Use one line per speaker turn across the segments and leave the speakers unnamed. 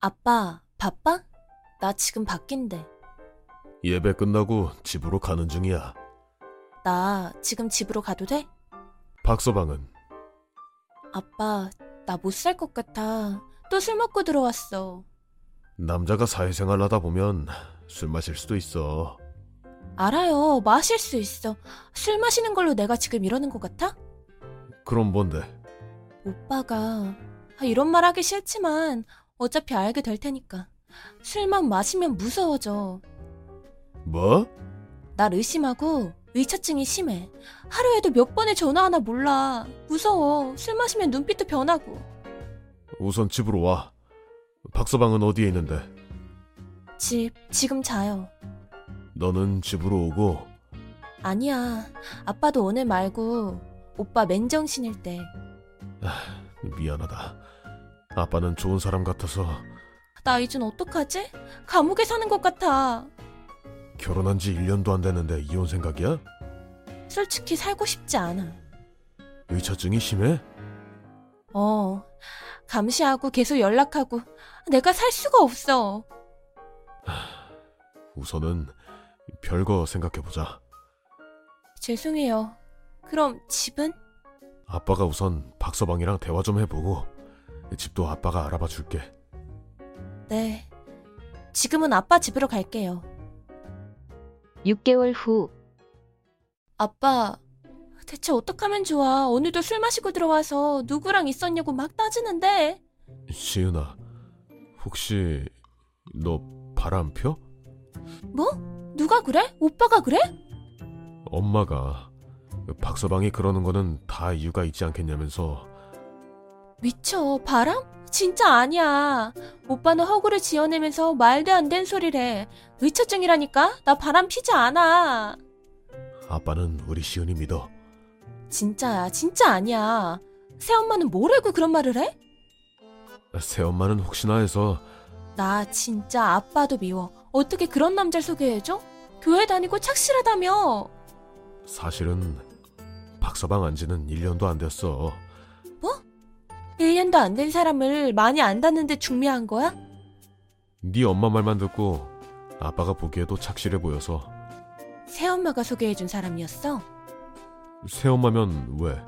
아빠, 바빠? 나 지금 바뀐데.
예배 끝나고 집으로 가는 중이야.
나 지금 집으로 가도 돼?
박서방은
아빠, 나 못 살 것 같아. 또 술 먹고 들어왔어.
남자가 사회생활 하다 보면 술 마실 수도 있어.
알아요. 마실 수 있어. 술 마시는 걸로 내가 지금 이러는 것 같아?
그럼 뭔데?
오빠가 아, 이런 말 하기 싫지만 어차피 알게 될 테니까. 술만 마시면 무서워져.
뭐?
날 의심하고 의처증이 심해. 하루에도 몇 번의 전화 하나 몰라. 무서워. 술 마시면 눈빛도 변하고.
우선 집으로 와. 박서방은 어디에 있는데?
집, 지금 자요.
너는 집으로 오고
아니야. 아빠도 오늘 말고 오빠 맨정신일 때.
미안하다. 아빠는 좋은 사람 같아서
나 이젠 어떡하지? 감옥에 사는 것 같아.
결혼한 지 1년도 안 됐는데 이혼 생각이야?
솔직히 살고 싶지 않아.
의처증이 심해?
어. 감시하고 계속 연락하고 내가 살 수가 없어.
우선은 별거 생각해보자.
죄송해요. 그럼 집은?
아빠가 우선 박서방이랑 대화 좀 해보고 집도 아빠가 알아봐 줄게.
네. 지금은 아빠 집으로 갈게요.
6개월 후
아빠, 대체 어떡하면 좋아. 오늘도 술 마시고 들어와서 누구랑 있었냐고 막 따지는데.
시은아, 혹시 너 바람 펴?
뭐? 누가 그래? 오빠가 그래?
엄마가 박서방이 그러는 거는 다 이유가 있지 않겠냐면서
미쳐. 바람? 진짜 아니야. 오빠는 허구를 지어내면서 말도 안 된 소리래. 의처증이라니까? 나 바람 피지 않아.
아빠는 우리 시은이 믿어.
진짜야. 진짜 아니야. 새엄마는 뭘 알고 그런 말을 해?
새엄마는 혹시나 해서
나 진짜 아빠도 미워. 어떻게 그런 남자를 소개해줘? 교회 다니고 착실하다며.
사실은 박서방 안 지는 1년도 안 됐어.
1년도 안 된 사람을 많이 안다는데 중매한 거야?
네 엄마 말만 듣고 아빠가 보기에도 착실해 보여서
새엄마가 소개해준 사람이었어?
새엄마면 왜?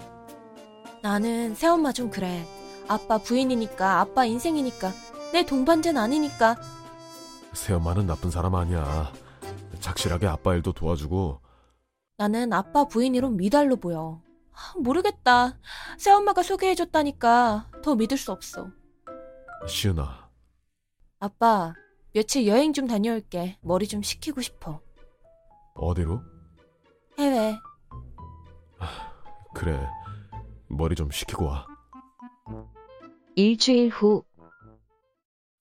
나는 새엄마 좀 그래. 아빠 부인이니까, 아빠 인생이니까, 내 동반자는 아니니까.
새엄마는 나쁜 사람 아니야. 착실하게 아빠 일도 도와주고
나는 아빠 부인이론 미달로 보여. 하, 모르겠다. 새엄마가 소개해줬다니까 더 믿을 수 없어.
시은아
아빠, 며칠 여행 좀 다녀올게. 머리 좀 식히고 싶어.
어디로?
해외.
그래 머리 좀 식히고 와.
일주일 후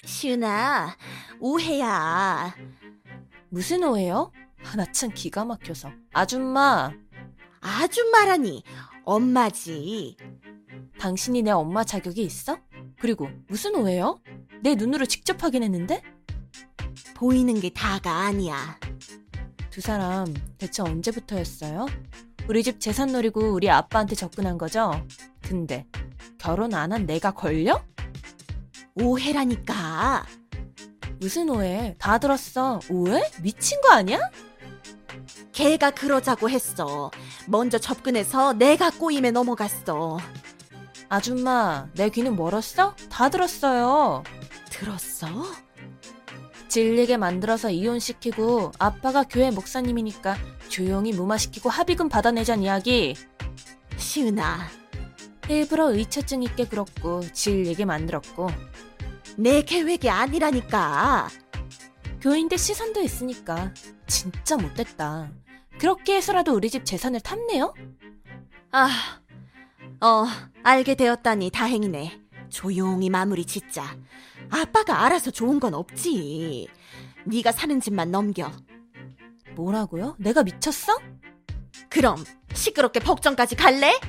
시은아, 오해야.
무슨 오해요? 아, 나 참 기가 막혀서. 아줌마,
아줌마라니, 엄마지.
당신이 내 엄마 자격이 있어? 그리고 무슨 오해요? 내 눈으로 직접 확인했는데?
보이는 게 다가 아니야.
두 사람 대체 언제부터였어요? 우리 집 재산 노리고 우리 아빠한테 접근한 거죠? 근데 결혼 안 한 내가 걸려?
오해라니까.
무슨 오해? 다 들었어. 오해? 미친 거 아니야?
걔가 그러자고 했어. 먼저 접근해서 내가 꼬임에 넘어갔어.
아줌마, 내 귀는 멀었어? 다 들었어요.
들었어?
질리게 만들어서 이혼시키고 아빠가 교회 목사님이니까 조용히 무마시키고 합의금 받아내자는 이야기.
시은아,
일부러 의처증 있게 굴었고 질리게 만들었고
내 계획이 아니라니까.
교인들 시선도 있으니까 진짜 못됐다. 그렇게 해서라도 우리 집 재산을 탐내요?
아, 어, 알게 되었다니 다행이네. 조용히 마무리 짓자. 아빠가 알아서 좋은 건 없지. 네가 사는 집만 넘겨.
뭐라고요? 내가 미쳤어?
그럼 시끄럽게 법정까지 갈래?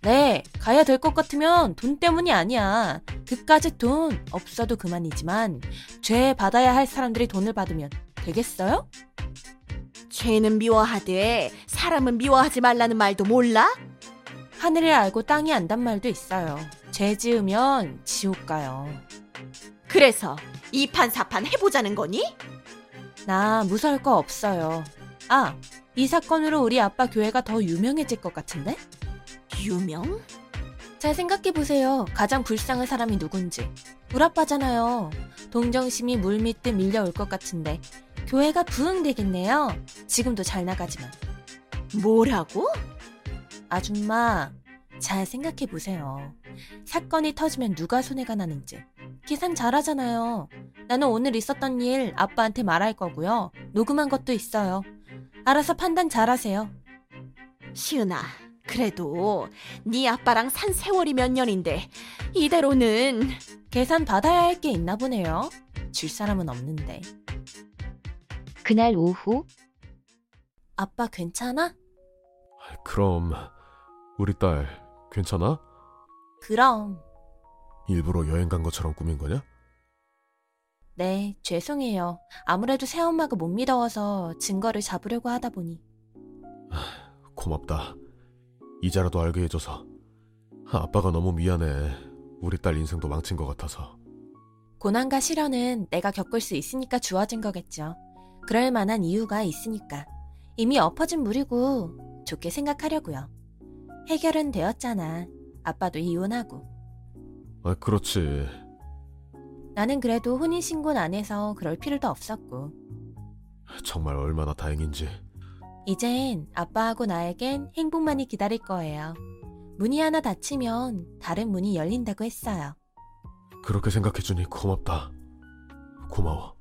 네, 가야 될 것 같으면 돈 때문이 아니야. 그까짓 돈 없어도 그만이지만 죄 받아야 할 사람들이 돈을 받으면 되겠어요?
죄는 미워하되 사람은 미워하지 말라는 말도 몰라?
하늘을 알고 땅이 안단 말도 있어요. 죄 지으면 지옥 가요.
그래서 이판사판 해보자는 거니?
나 무서울 거 없어요. 아, 이 사건으로 우리 아빠 교회가 더 유명해질 것 같은데?
유명?
잘 생각해보세요. 가장 불쌍한 사람이 누군지. 우리 아빠잖아요. 동정심이 물밑듯 밀려올 것 같은데. 교회가 부흥되겠네요. 지금도 잘 나가지만.
뭐라고?
아줌마, 잘 생각해보세요. 사건이 터지면 누가 손해가 나는지. 계산 잘하잖아요. 나는 오늘 있었던 일 아빠한테 말할 거고요. 녹음한 것도 있어요. 알아서 판단 잘하세요.
시은아, 그래도 네 아빠랑 산 세월이 몇 년인데 이대로는
계산 받아야 할 게 있나 보네요. 줄 사람은 없는데.
그날 오후
아빠 괜찮아?
그럼 우리 딸 괜찮아?
그럼.
일부러 여행 간 것처럼 꾸민 거냐?
네, 죄송해요. 아무래도 새엄마가 못 믿어와서 증거를 잡으려고 하다 보니.
고맙다. 이자라도 알게 해줘서. 아빠가 너무 미안해. 우리 딸 인생도 망친 것 같아서.
고난과 시련은 내가 겪을 수 있으니까 주어진 거겠죠. 그럴 만한 이유가 있으니까. 이미 엎어진 물이고 좋게 생각하려고요. 해결은 되었잖아. 아빠도 이혼하고.
아, 그렇지.
나는 그래도 혼인신고는 안 해서 그럴 필요도 없었고.
정말 얼마나 다행인지.
이젠 아빠하고 나에겐 행복만이 기다릴 거예요. 문이 하나 닫히면 다른 문이 열린다고 했어요.
그렇게 생각해주니 고맙다. 고마워.